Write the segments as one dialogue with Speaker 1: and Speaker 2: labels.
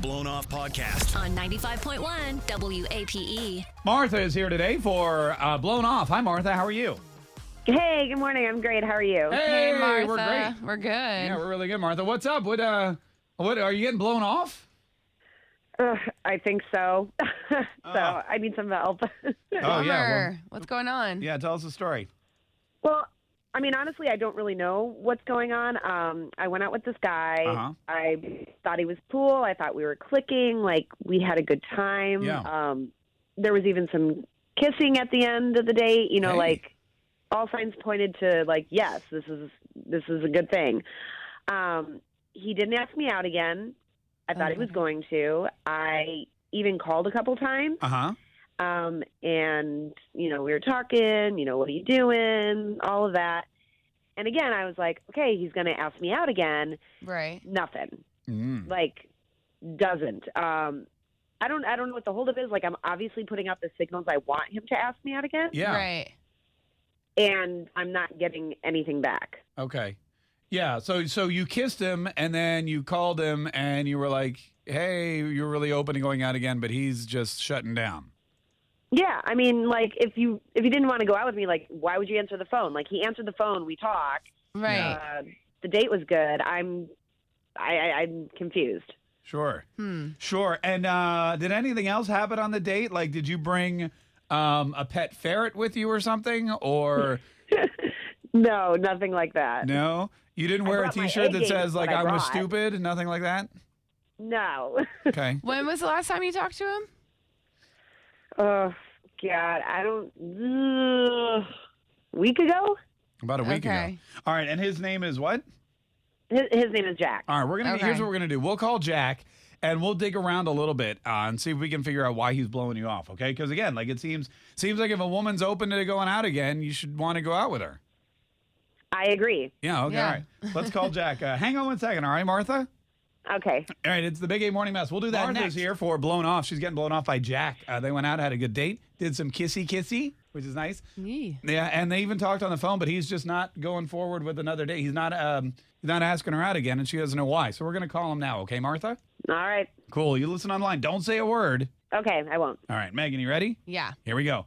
Speaker 1: Blown Off Podcast.
Speaker 2: on 95.1 WAPE.
Speaker 3: Martha is here today for uh, Blown Off. Hi, Martha. How are you?
Speaker 4: Hey, good morning. I'm great. How are you?
Speaker 3: Hey,
Speaker 5: Martha.
Speaker 3: We're great.
Speaker 5: We're good.
Speaker 3: Yeah, we're really good, Martha. What's up? What? Uh, what are you getting blown off?
Speaker 4: Ugh, I think so. so I need some help.
Speaker 3: Oh yeah. Well,
Speaker 5: Bummer. What's going on?
Speaker 3: yeah. Tell us the story.
Speaker 4: well, I mean, honestly, I don't really know what's going on. Um, I went out with this guy.
Speaker 3: Uh-huh.
Speaker 4: I thought he was cool. I thought we were clicking. Like we had a good time.
Speaker 3: Yeah.
Speaker 4: Um, there was even some kissing at the end of the date. You know,
Speaker 3: Hey.
Speaker 4: like all signs pointed to like yes, this is this is a good thing. Um, he didn't ask me out again. I
Speaker 3: Oh.
Speaker 4: thought he was
Speaker 5: Okay.
Speaker 4: going to. I even called a couple times.
Speaker 3: Uh huh.
Speaker 4: Um, and, you know, we were talking, you know, what are you doing? All of that. And again, I was like, okay, he's going to ask me out again.
Speaker 5: Right.
Speaker 4: Nothing.
Speaker 3: Mm.
Speaker 4: Like, doesn't. Um, I don't. I don't know what the holdup is. Like, I'm obviously putting out the signals I want him to ask me out again,
Speaker 3: Yeah.
Speaker 5: Right.
Speaker 4: and I'm not getting anything back.
Speaker 3: Okay. Yeah. So so you kissed him and then you called him and you were like, "Hey, you're really open to going out again," but he's just shutting down.
Speaker 4: Yeah, I mean, like, if you if you didn't want to go out with me, like, why would you answer the phone? Like, he answered the phone. We talked.
Speaker 5: Right.
Speaker 4: Uh, the date was good. I'm, I, I I'm confused.
Speaker 3: Sure.
Speaker 5: Hmm.
Speaker 3: Sure. And uh, did anything else happen on the date? Like, did you bring um, a pet ferret with you or something? Or
Speaker 4: No, nothing like that. No.
Speaker 3: no? You didn't
Speaker 4: I
Speaker 3: wear a
Speaker 4: brought my
Speaker 3: T-shirt that
Speaker 4: A-game
Speaker 3: says
Speaker 4: is
Speaker 3: like
Speaker 4: what I
Speaker 3: "I'm a
Speaker 4: brought.
Speaker 3: stupid" and nothing like that. Okay.
Speaker 5: When was the last time you talked to him?
Speaker 4: Oh God, I don't. Ugh. Week ago,
Speaker 3: About a week ago.
Speaker 5: Okay.
Speaker 3: All right. And his name is what?
Speaker 4: his, his name is Jack.
Speaker 3: All right. We're gonna.
Speaker 5: Okay.
Speaker 3: Here's what we're gonna do. We'll call Jack. And we'll dig around a little bit uh, and see if we can figure out why he's blowing you off, okay? Because again, like it seems seems like if a woman's open to going out again, you should want to go out with her.
Speaker 4: I agree.
Speaker 3: Yeah, okay,
Speaker 5: Yeah.
Speaker 3: all right. Let's call Jack. Uh, hang on one second, all right, Martha?
Speaker 4: Okay.
Speaker 3: All right, it's the Big A Morning Mess. We'll do that
Speaker 6: Martha's
Speaker 3: next. here for blown off. She's getting blown off by Jack. Uh, they went out, had a good date, did some kissy kissy, which is nice.
Speaker 5: Yee.
Speaker 3: Yeah, and they even talked on the phone, but he's just not going forward with another date. He's not um, he's not asking her out again, and she doesn't know why. So we're gonna call him now, okay, Martha?
Speaker 4: All right.
Speaker 3: Cool. You listen online. Don't say a word.
Speaker 4: Okay, I won't.
Speaker 3: All right, Megan, you ready?
Speaker 5: Yeah.
Speaker 3: Here we go.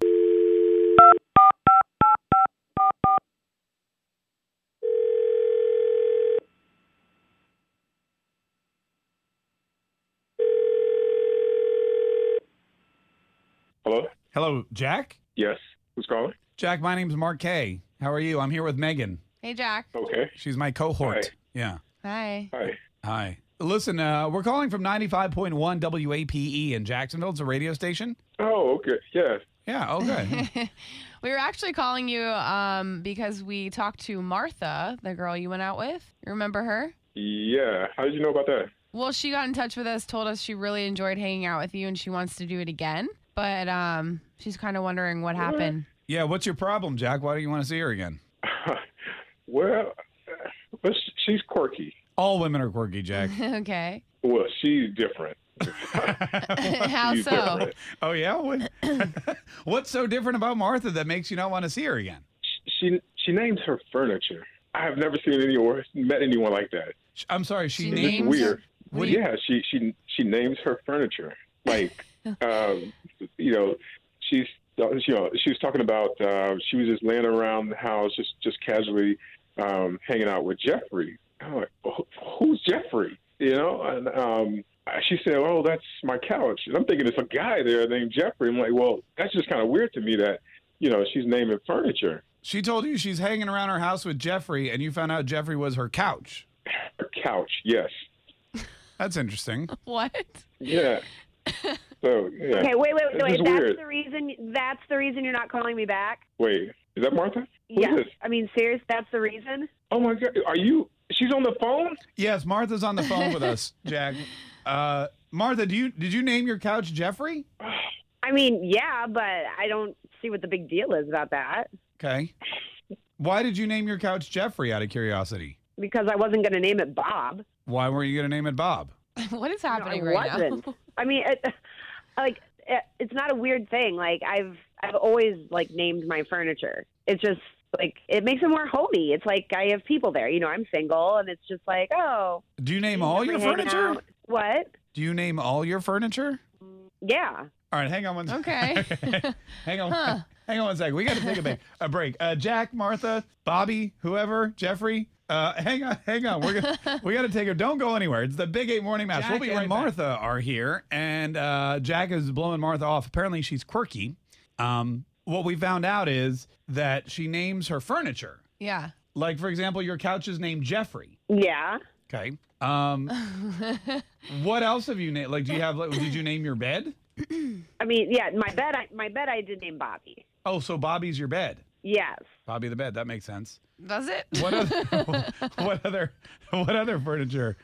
Speaker 7: Hello?
Speaker 3: Hello, Jack.
Speaker 7: Yes. Who's calling?
Speaker 3: Jack, my name's Mark Kay. How are you? I'm here with Megan.
Speaker 5: Hey, Jack.
Speaker 7: Okay.
Speaker 3: She's my cohort.
Speaker 7: Hi.
Speaker 3: Yeah.
Speaker 5: Hi.
Speaker 7: Hi.
Speaker 3: Hi. Listen, uh, we're calling from 95.1 WAPE E in Jacksonville. It's a radio station.
Speaker 7: Oh, okay. Yeah.
Speaker 3: Yeah, oh, good.
Speaker 5: we were actually calling you um, because we talked to Martha, the girl you went out with. You remember her?
Speaker 7: Yeah. How did you know about that?
Speaker 5: Well, she got in touch with us, told us she really enjoyed hanging out with you and she wants to do it again. But um, she's kind of wondering what happened.
Speaker 3: yeah, what's your problem, Jack? Why do you want to see her again?
Speaker 7: well, uh, but sh- she's quirky.
Speaker 3: All women are quirky, Jack.
Speaker 5: okay.
Speaker 7: Well, she's different.
Speaker 5: How
Speaker 7: She's
Speaker 5: so?
Speaker 7: different.
Speaker 3: oh, yeah? What, what's so different about Martha that makes you not want to see her again?
Speaker 7: Sh- She she named her furniture. I have never seen any or met anyone like that.
Speaker 3: Sh- I'm sorry, she,
Speaker 5: She
Speaker 7: It's
Speaker 3: named.
Speaker 7: just
Speaker 5: names-
Speaker 7: weird.
Speaker 3: What do you-
Speaker 7: yeah. She she she names her furniture like, um, you know, she's you know she was talking about uh, she was just laying around the house just just casually um, hanging out with Jeffrey. I'm like, "Who- who's Jeffrey? You know, and um, she said, oh, that's my couch. And I'm thinking it's a guy there named Jeffrey. I'm like, well, that's just kind of weird to me that you know she's naming furniture
Speaker 3: She told you she's hanging around her house with Jeffrey, and you found out Jeffrey was her couch.
Speaker 7: a couch. Yes.
Speaker 3: That's interesting.
Speaker 5: What?
Speaker 7: Yeah. so yeah.
Speaker 4: Okay, wait, wait, wait.
Speaker 7: This
Speaker 4: wait.
Speaker 7: is
Speaker 4: That's
Speaker 7: weird.
Speaker 4: the reason. That's the reason you're not calling me back.
Speaker 7: Wait, is that Martha? Who's
Speaker 4: Yes.
Speaker 7: this?
Speaker 4: I mean, serious. That's the reason.
Speaker 7: Oh my God, are you? She's on the phone.
Speaker 3: Yes, Martha's on the phone with us, Jack. Uh, Martha, do you did you name your couch Jeffrey?
Speaker 4: I mean, yeah, but I don't see what the big deal is about that
Speaker 3: Okay. Why did you name your couch Jeffrey out of curiosity?
Speaker 4: because I wasn't going to name it Bob.
Speaker 3: Why weren't you going to name it Bob?
Speaker 5: what is
Speaker 4: No,
Speaker 5: happening
Speaker 4: I
Speaker 5: right
Speaker 4: wasn't.
Speaker 5: now?
Speaker 4: I mean, it, like it, it's not a weird thing. Like I've I've always like named my furniture. It's just like it makes it more homey. It's like I have people there. You know, I'm single, and it's just like oh,
Speaker 3: Do you name
Speaker 4: you
Speaker 3: all
Speaker 4: know,
Speaker 3: your
Speaker 4: we're hanging
Speaker 3: furniture?
Speaker 4: out. What?
Speaker 3: Do you name all your furniture?
Speaker 4: Yeah.
Speaker 3: All right, hang on one second.
Speaker 5: Okay.
Speaker 3: hang on.
Speaker 5: Huh.
Speaker 3: Hang on one second. We got to take a, ba- a break. Uh, Jack, Martha, Bobby, whoever, Jeffrey. Uh, hang on, hang on. We're gonna, we got to take her. Don't go anywhere. It's the Big Eight Morning Mass.
Speaker 1: Jack
Speaker 3: we'll be
Speaker 1: and
Speaker 3: right back. Martha are here, and uh, Jack is blowing Martha off. Apparently, she's quirky. Um, what we found out is that she names her furniture.
Speaker 5: Yeah.
Speaker 3: Like, for example, your couch is named Jeffrey.
Speaker 4: Yeah.
Speaker 3: Okay. Um, what else have you named? Like, do you have? Like, did you name your bed?
Speaker 4: I mean, yeah, my bed I my bed I did name Bobby.
Speaker 3: Oh, so Bobby's your bed.
Speaker 4: Yes.
Speaker 3: Bobby the bed. That makes sense.
Speaker 5: Does it?
Speaker 3: What other, what other, what other furniture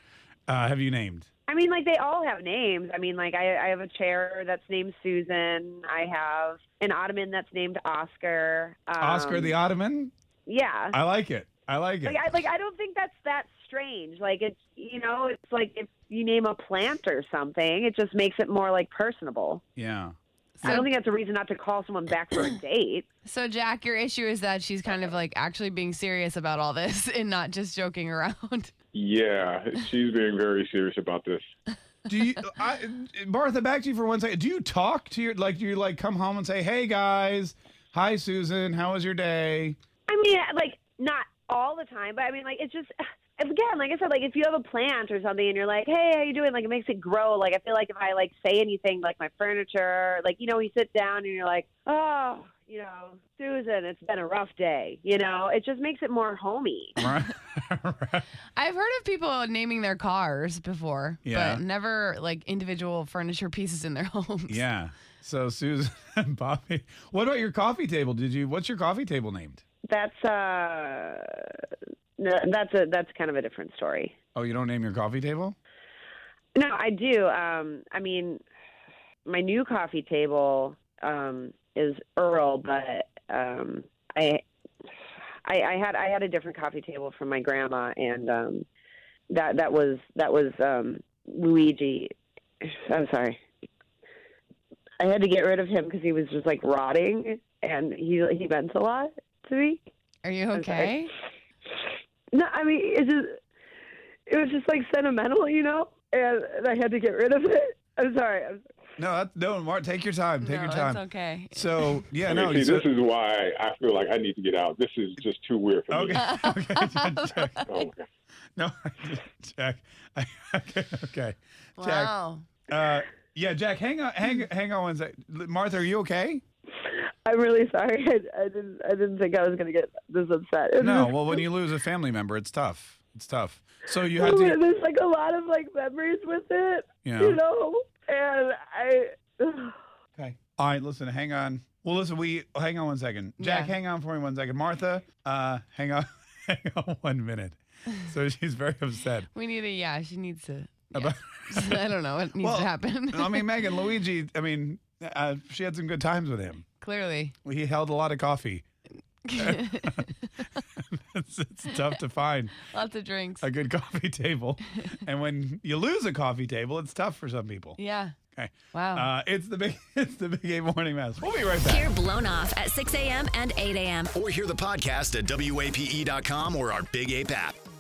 Speaker 3: uh, have you named?
Speaker 4: I mean, like they all have names. I mean, like I, I have a chair that's named Susan. I have an ottoman that's named Oscar. Um,
Speaker 3: Oscar the Ottoman.
Speaker 4: yeah.
Speaker 3: I like it. I like it.
Speaker 4: like I like I don't think that's that strange. Like it's you know it's like if you name a plant or something, it just makes it more like personable.
Speaker 3: Yeah.
Speaker 4: I
Speaker 3: e
Speaker 4: don't
Speaker 5: So,
Speaker 4: think that's a reason not to call someone back for a date.
Speaker 5: so, Jack, your issue is that she's kind of like actually being serious about all this and not just joking around.
Speaker 7: Yeah, she's being very serious about this.
Speaker 3: Do you, I, Martha? Back to you for one second. Do you talk to your like? Do you like come home and say, "Hey guys, hi Susan, how was your day?"
Speaker 4: I mean, like not all the time, but I mean, like it's just again, like I said, like if you have a plant or something and you're like, hey, how you doing? Like it makes it grow. Like I feel like if I like say anything, like my furniture, like you know, you sit down and you're like, oh, you know, Susan, it's been a rough day. You know, it just makes it more homey.
Speaker 3: Right.
Speaker 5: I've heard of people naming their cars before,
Speaker 3: Yeah.
Speaker 5: but never like individual furniture pieces in their homes.
Speaker 3: yeah. So Susan and Bobby, what about your coffee table? Did you? What's your coffee table named?
Speaker 4: That's uh, no, that's a that's kind of a different story.
Speaker 3: Oh, you don't name your coffee table?
Speaker 4: No, I do. Um, I mean, my new coffee table um, is Earl, but um, I, I, I had I had a different coffee table from my grandma, and um, that that was that was um, Luigi. I'm sorry. I had to get rid of him because he was just like rotting, and he he meant a lot to me.
Speaker 5: Are you
Speaker 4: I'm sorry.
Speaker 5: okay?
Speaker 4: No, I mean it just it was just like sentimental, you know, and, and I had to get rid of it. I'm sorry. I'm,
Speaker 3: No, that, no, Mark. Take your time. Take
Speaker 5: no,
Speaker 3: your time.
Speaker 5: It's okay.
Speaker 3: So yeah,
Speaker 7: I
Speaker 3: no.
Speaker 7: mean, see,
Speaker 3: so-
Speaker 7: this is why I feel like I need to get out. This is just too weird for me.
Speaker 3: Okay. okay. Jack,
Speaker 7: Oh, my God.
Speaker 3: no, Jack. Okay. okay. Jack.
Speaker 5: wow.
Speaker 3: Uh, yeah, Jack. Hang on. Hang. Hang on one sec. Martha, are you okay?
Speaker 4: I'm really sorry. I, I didn't I didn't think I was gonna get this upset. It was
Speaker 3: No.
Speaker 4: just-
Speaker 3: Well, when you lose a family member, it's tough. It's tough. So you had to.
Speaker 4: there's like a lot of like memories with it,
Speaker 3: Yeah.
Speaker 4: you know, and I.
Speaker 3: Okay. All right. Listen. Hang on. Well, listen. We hang on one second. Jack,
Speaker 5: Yeah.
Speaker 3: hang on for me one second. Martha, uh, hang on. Hang on one minute. So she's very upset.
Speaker 5: We need a yeah. She needs to. Yeah.
Speaker 3: About-
Speaker 5: I don't know. It needs
Speaker 3: Well,
Speaker 5: to happen.
Speaker 3: I mean, Megan, Luigi. I mean, uh, she had some good times with him.
Speaker 5: Clearly.
Speaker 3: He held a lot of coffee. it's, it's tough to find
Speaker 5: Lots of drinks.
Speaker 3: a good coffee table. And when you lose a coffee table, it's tough for some people.
Speaker 5: Yeah.
Speaker 3: Okay.
Speaker 5: Wow.
Speaker 3: Uh, it's the big it's the big eight morning mass. We'll be right back.
Speaker 2: Hear Blown Off at 6 a.m. and 8 a.m.
Speaker 6: E Or hear the podcast at WAPE.com or our Big Ape app.